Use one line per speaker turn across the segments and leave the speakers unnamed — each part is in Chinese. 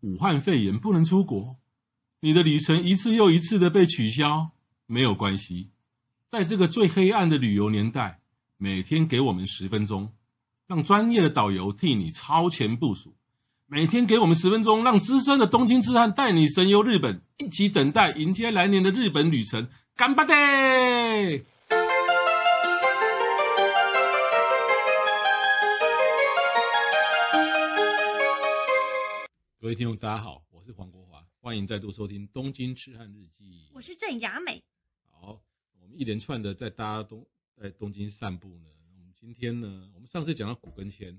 武汉肺炎不能出国，你的旅程一次又一次的被取消，没有关系。在这个最黑暗的旅游年代，每天给我们十分钟，让专业的导游替你超前部署；每天给我们十分钟，让资深的东京之汉带你神游日本，一起等待迎接来年的日本旅程。干巴爹！各位听众，大家好，我是黄国华，欢迎再度收听《东京痴汉日记》。
我是郑雅美，
好，我们一连串的在大家东在东京散步呢。我们今天呢，我们上次讲到古根签，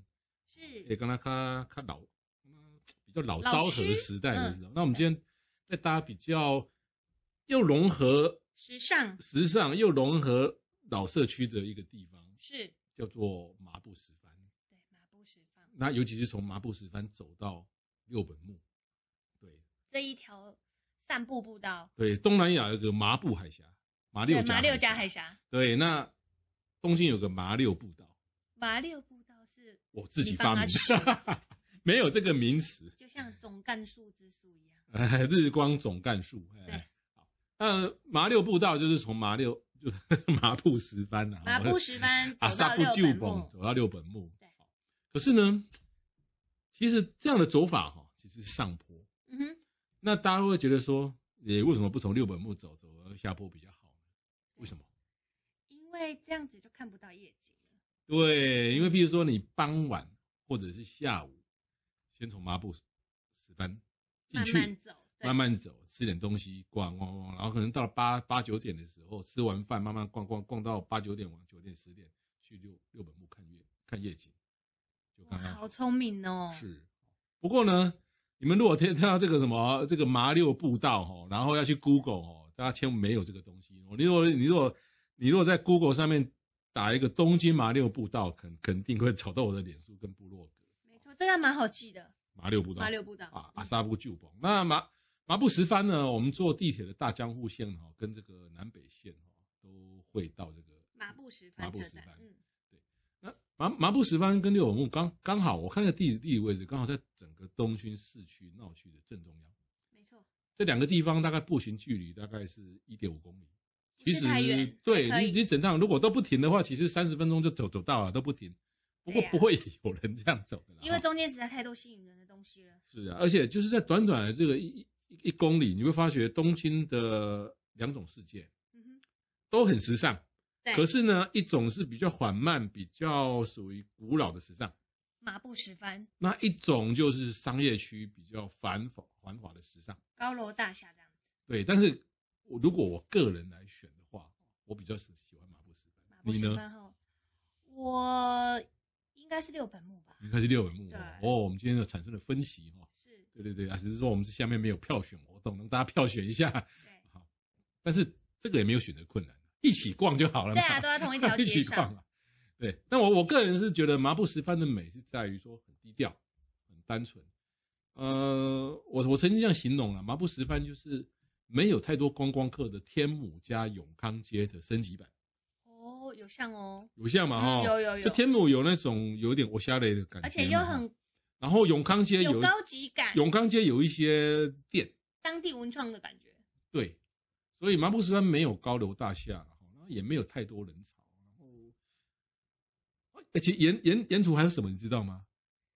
也
是
跟他他他老嗯比较老
老
昭和
区
时代的时候，
嗯
那我们今天在大家比较又融合
时尚，
时尚又融合老社区的一个地方，
是
叫做麻布十番。
对马步时尚
那尤其是从麻布十番走到六本木，对
这一条散步步道，
对，东南亚有个麻布海峡，麻六
对
甲
马六甲啊
峡
海峡，
对，那东京有个麻六步道。
马六步道是
我自己发明的， 没有这个名词。
就像总干树之树一样，
呃，日光总干树。
对
哎，好，那麻六步道就是从麻六就是 麻布十番啊，
马 步十番
阿
走
萨
到
布
六
旧
本
本
木，
走到六本木。
对
好可是呢，其实这样的走法哈、其实是上坡。
嗯哼，
那大家会觉得说，也为什么不从六本木走，走到下坡比较好呢？为什么？
因为这样子就看不到夜景了，
对，因为譬如说你傍晚或者是下午，先从麻布十番进
慢
去，
慢走，对
慢慢走，吃点东西，逛逛逛，然后可能到了八八九点的时候，吃完饭慢慢逛逛，逛到八九点往九点十点去六六本木看夜看夜景，就
哇，
刚刚
好聪明哦，
啊是。不过呢，你们如果听听到这个什么这个麻六步道哦，然后要去 Google 哦，大家千万没有这个东西。哦。你如果你如果你如果在 Google 上面打一个东京麻六步道，肯肯定会找到我的脸书跟部落格
没错，这个蛮好记的，
麻六步道。
马六步道嗯
啊阿萨布旧邦。那麻麻布十番呢，我们坐地铁的大江户线哈、哦，跟这个南北线哈、哦，都会到这个
马步十
麻
番
布
车
十
站
番，
嗯，
那麻麻布十番跟六本木刚刚好，我看那个地理地理位置刚好在整个东区市区闹区的正中央。
没错，
这两个地方大概步行距离大概是一点五公里。
不
其
是
实
太远
对
还可
你
以
你整趟如果都不停的话，其实三十分钟就走走到了都不停。不过
对啊
不会有人这样走的啦。
因为
哈
中间实在太多吸引人的东西了，
是啊，而且就是在短短的这个一一一公里，你会发觉东京的两种世界
嗯哼，
都很时尚，
对，
可是呢，一种是比较缓慢、比较属于古老的时尚，
马步十番，
那一种就是商业区比较繁华繁华的时尚。
高楼大厦这样子，
对，但是我如果我个人来选的话，我比较喜喜欢马布斯
马
班，
步
你
十
呢？
番后，我应该是六本木吧，
应该是六本木
对
哦。哦，我们今天就产生了分歧哦。
是，
对对对，啊，只是说我们是下面没有票选活动，让大家票选一下。
对，
好，但是这个也没有选择困难，一起逛就好了嘛。
对啊，都在同一 条
一
街
起逛
上，
嘛。对，但我我个人是觉得麻布十番的美是在于说很低调、很单纯。呃，我我曾经这样形容了，啊麻布十番就是没有太多观光客的天母加永康街的升级版，
哦，有像哦，
有像嘛哈、
嗯有有有
就天母有那种有点我瞎雷的感觉嘛，
而且又很
然后永康街有
有高级感，
永康街有一些店，
当地文创的感觉，
对，所以麻布十番没有高楼大厦，然后也没有太多人潮，然后而且沿沿沿途还有什么你知道吗？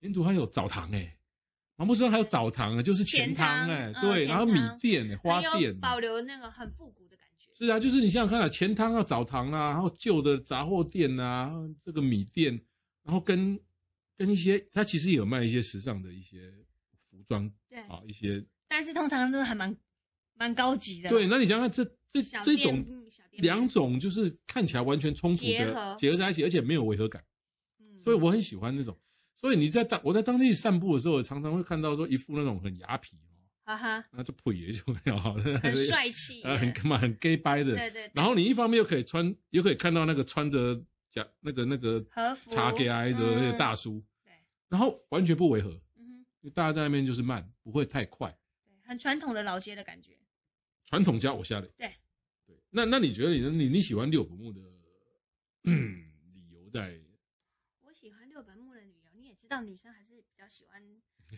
沿途还有澡堂哎、麻布十番还有澡堂啊，就是钱汤哎、
钱汤
对，
嗯
然后
钱
米
汤
店哎、花
很有
店、
保留那个很复古的感觉，
是啊，就是你想想看啊，钱汤啊、澡堂啊，然后旧的杂货店啊，这个米店，然后跟跟一些，它其实也有卖一些时尚的一些服装
对，
啊，一些
但是通常都还蛮蛮高级的，
对，，那你想想看这这
小
这
店
种
嗯小店面
两种就是看起来完全冲突
结
的
合
结合在一起，而且没有违和感，
嗯
所以我很喜欢那种。所以你在当我在当地散步的时候，常常会看到说一副那种很雅痞哦，
哈哈，
那就破也就没有，很
很，帅气，
呃， 很干嘛很 gay 掰的。
对对对，
然后你一方面又可以穿，又可以看到那个穿着假那个那个
和服
茶给挨着那个
嗯
大叔，
对，
然后完全不违和，
嗯
大家在那边就是慢，不会太快，
哼，对，很传统的老街的感觉，
传统加我下的。
对
对，那那你觉得你你你喜欢六本木的嗯理由在？
我喜欢六本木的旅游，你也知道女生还是比较较喜欢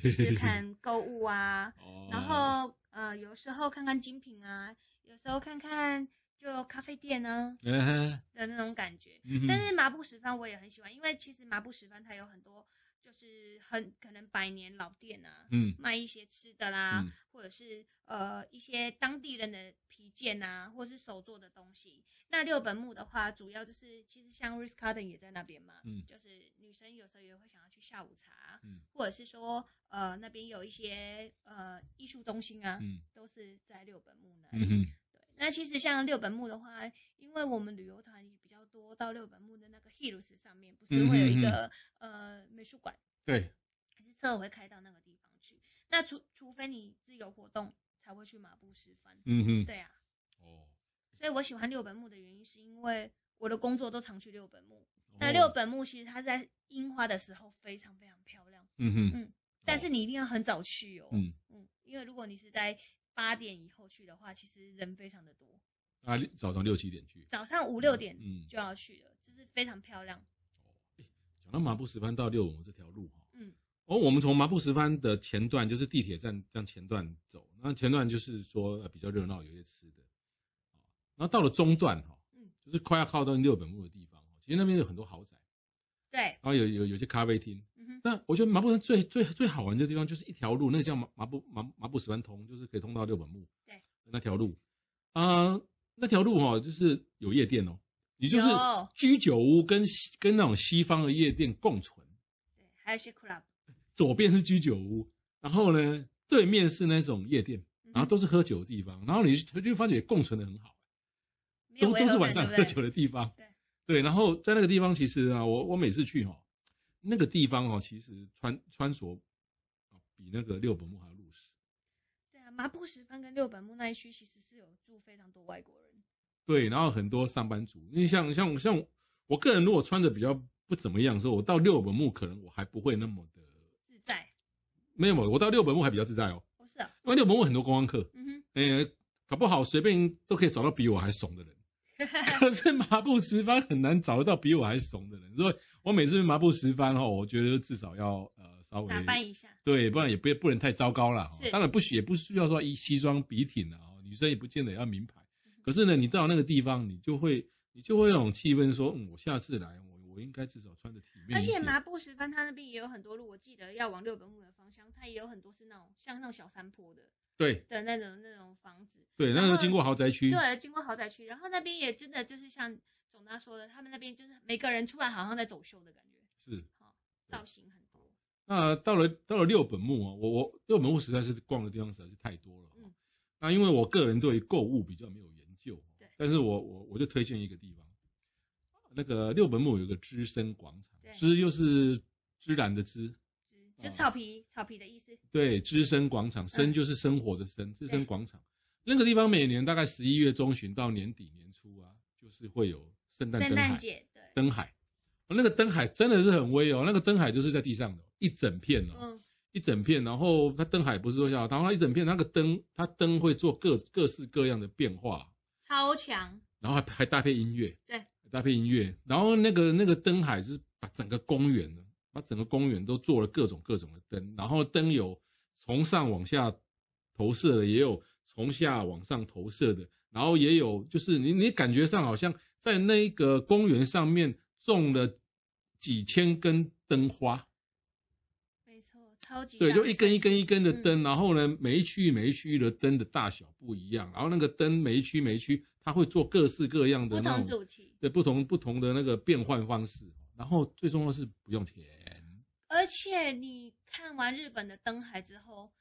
就是 看购物啊，
哦，
然后呃有时候看看精品啊，有时候看看就咖啡店呢、
嗯哼，
的那种感觉。
嗯哼
但是麻布十番我也很喜欢，因为其实麻布十番它有很多就是很可能百年老店啊，
嗯
卖一些吃的啦，
嗯
或者是呃一些当地人的皮件啊，或是手做的东西。那六本木的话，主要就是其实像 Ritz Carlton 也在那边嘛，
嗯
就是女生有时候也会想要去下午茶，
嗯
或者是说呃那边有一些呃艺术中心啊，
嗯
都是在六本木那里。
嗯哼
对，那其实像六本木的话，因为我们旅游团也比较多，到六本木的那个 Hills 上面，不
嗯
是会有一个、呃美术馆，
对，
还是车我会开到那个地方去。那除除非你自由活动才会去马布十番，
嗯哼，
对啊。
哦，
所以我喜欢六本木的原因，是因为我的工作都常去六本木。那
哦
六，本木其实它在樱花的时候非常非常漂亮，
嗯哼，
嗯但是你一定要很早去哦，
嗯
嗯，因为如果你是在八点以后去的话，其实人非常的多，
啊，早上六七点去，
早上五六点
嗯，
就要去了，就是非常漂亮。
讲到麻布十番到六我们这条路哈，
嗯，
哦，我们从麻布十番的前段就是地铁站这样前段走，那前段就是说呃比较热闹，有一些吃的，然后到了中段哈，
嗯
就是快要靠到六本木的地方哦，其实那边有很多豪宅，
对，
然后有有有些咖啡厅，
嗯哼，
那我觉得麻布山最最最好玩的地方就是一条路，那个叫麻麻布麻麻布十番通，就是可以通到六本木。
对，
那条路，啊，那条路哦，就是有夜店哦，也就是
有
居酒屋跟西跟那种西方的夜店共存，
对，还有一些 club，
左边是居酒屋，然后呢对面是那种夜店，
嗯哼
然啊后都是喝酒的地方，然后你就就发觉共存的很好，
没有
都
违
都
和
是
感
晚上
对
喝
不
酒
对
的地方。
对
对，然后在那个地方，其实啊，我我每次去哈、哦，那个地方哦，其实穿穿着啊比那个六本木还要入世。
对啊，麻布十番跟六本木那一区其实是有住非常多外国人，
对，然后很多上班族，因为像像像我个人，如果穿着比较不怎么样的时候，我到六本木可能我还不会那么的
自在，
没有，我到六本木还比较自在哦，
不是、哦，
因为六本木很多观光客，
嗯哼，
呃，搞不好随便都可以找到比我还怂 的人。可是麻布十番很难找得到比我还怂的人，所以我每次麻布十番哦，我觉得至少要呃稍微
打扮一下，
对，不然也不不能太糟糕了。哦
是
当然不需也不需要说一西装笔挺啊，哦女生也不见得要名牌
嗯。
可是呢，你到那个地方，你就会你就会有那种气氛说，嗯，我下次来，我我应该至少穿的体面
而
一点。
且麻布十番它那边也有很多路，我记得要往六本木的方向，它也有很多是那种像那种小山坡的
对
的那种那种房子，
对，那
然
时
后
候经过豪宅区，
对，经过豪宅区，然后那边也真的就是像总大说的，他们那边就是每个人出来好像在走秀的感觉，
是。
好，造型很多，
那到了到了六本木啊，我我六本木实在是逛的地方实在是太多了、哦
嗯
那因为我个人对于购物比较没有研究、哦
对，
但是我我我就推荐一个地方，那个六本木有一个知深广场
对，
知就是芝兰的知，哦
就草皮草皮的意思，
对，知深广场，生
嗯
就是生活的生，知
对
深广场那个地方每年大概十一月中旬到年底年初啊，就是会有圣诞
圣
灯
诞
海，
节对，
灯海，哦那个灯海真的是很威哦，那个灯海就是在地上的哦一整片哦，
嗯，
一整片，然后它灯海不是说要，然后它一整片那个灯，它灯会做各各式各样的变化，
超强，
然后还还搭配音乐，
对，
搭配音乐，然后那个那个灯海是把整个公园呢，把整个公园都做了各种各种的灯，然后灯有从上往下投射的，也有从下往上投射的，然后也有就是你你感觉上好像在那个公园上面种了几千根灯花，
没错，超级
对，
大的
就一根一根一根的
嗯
灯，然后呢，每一区域每一区域的灯的大小不一样，然后那个灯每一区每一区，它会做各式各样的
不
那
同
种
主题，
对不同不同的那个变换方式，然后最重要是不用钱，
而且你看完日本的灯海之后，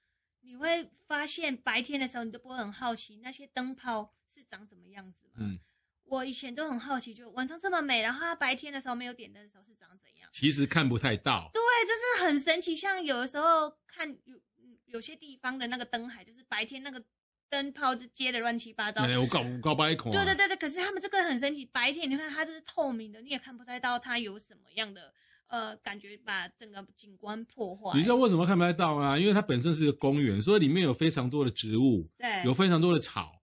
你会发现白天的时候你都不会很好奇那些灯泡是长怎么样子嘛。
嗯，
我以前都很好奇，就晚上这么美，然后它白天的时候没有点灯的时候是长怎样？
其实看不太到，
对，这是很神奇。像有的时候看有嗯有些地方的那个灯海，就是白天那个灯泡就接的乱七八糟。
哎，我搞我搞白孔、啊，
对对对对，可是他们这个很神奇，白天你看它就是透明的，你也看不太到它有什么样的呃感觉，把整个景观破坏。
你知道为什么看不太到啊？因为它本身是个公园，所以里面有非常多的植物，
对，
有非常多的草，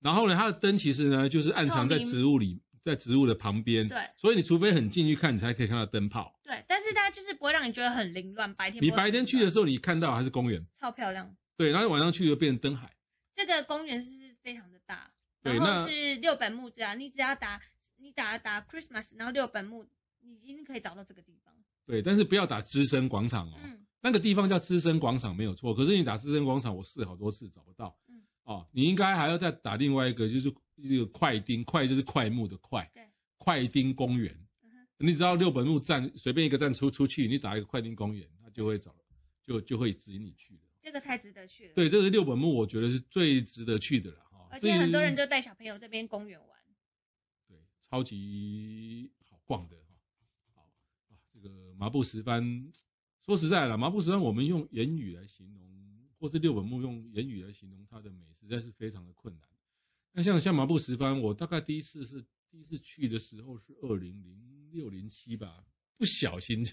然后呢，它的灯其实呢就是暗藏在
透明
植物里在植物的旁边，
对
所以你除非很近去看，你才可以看到灯泡。
对，但是它就是不会让你觉得很凌乱。白天
你
不会
白天去的时候，你看到还是公园，
超漂亮，
对，然后晚上去就变成灯海，
这个公园是非常的大，
对
然
那
后是六本木之啊，你只要打你打打 Christmas，然后六本木，你已经可以找到这个地方。
对。但是不要打资深广场哦，
嗯，
那个地方叫资深广场没有错。可是你打资深广场，我试好多次找不到，
嗯
哦，你应该还要再打另外一个，就是这个快丁，快就是快木的快，
对，
快丁公园。
嗯哼
你只要六本木站随便一个站出出去，你打一个快丁公园，它就会找，就就会指引你去的。
这个太值得去了。，
对，这是六本木，我觉得是最值得去的了哦哈。
而
至
且
于
很多人就带小朋友这边公园玩。
对超级好逛的哈。好啊，这个麻布十番，说实在了，麻布十番我们用言语来形容，或是六本木用言语来形容它的美，实在是非常的困难。那像像麻布十番，我大概第一次是第一次去的时候是二零零六零七吧，不小心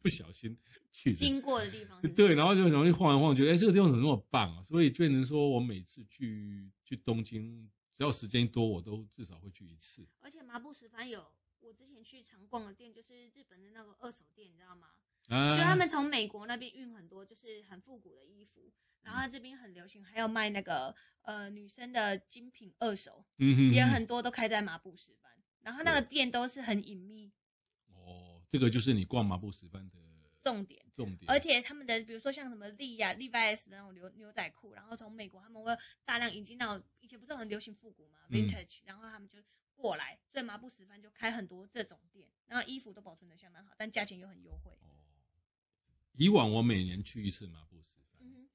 不小心去的。
经过的地方是不是
对，然后就很容易晃来晃去，哎，这个地方怎么那么棒啊？所以变成说我每次去去东京，只要时间多，我都至少会去一次。
而且麻布十番有我之前去常逛的店，就是日本的那个二手店，你知道吗？
啊，
就他们从美国那边运很多就是很复古的衣服，然
嗯
后它这边很流行，还有卖那个呃女生的精品二手，
嗯哼
也很多都开在麻布十番，然后那个店都是很隐秘
哦，这个就是你逛麻布十番的
重点。
重点，
而且他们的比如说像什么利呀、利 v i s 那种牛牛仔裤，然后从美国他们会大量引进那种以前不是很流行复古嘛
嗯
，vintage，、然后他们就过来，所以麻布十番就开很多这种店，然后衣服都保存的相当好，但价钱又很优惠。
哦，以往我每年去一次麻布十番，
嗯哼，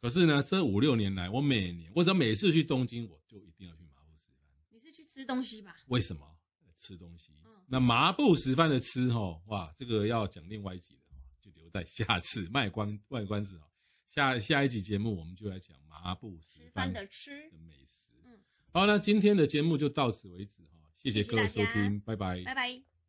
可是呢，这五六年来，我每年我只要每次去东京，我就一定要去麻布十番。
你是去吃东西吧？
为什么呃吃东西？
嗯
那麻布十番的吃哈，哇，这个要讲另外一集的哈，就留在下次卖关卖关子哦。下下一集节目我们就来讲麻布
十
十番
番的吃
的。美食。
嗯
好，那今天的节目就到此为止哈，谢谢
谢谢
各位
大
收
家
听，拜拜
拜拜。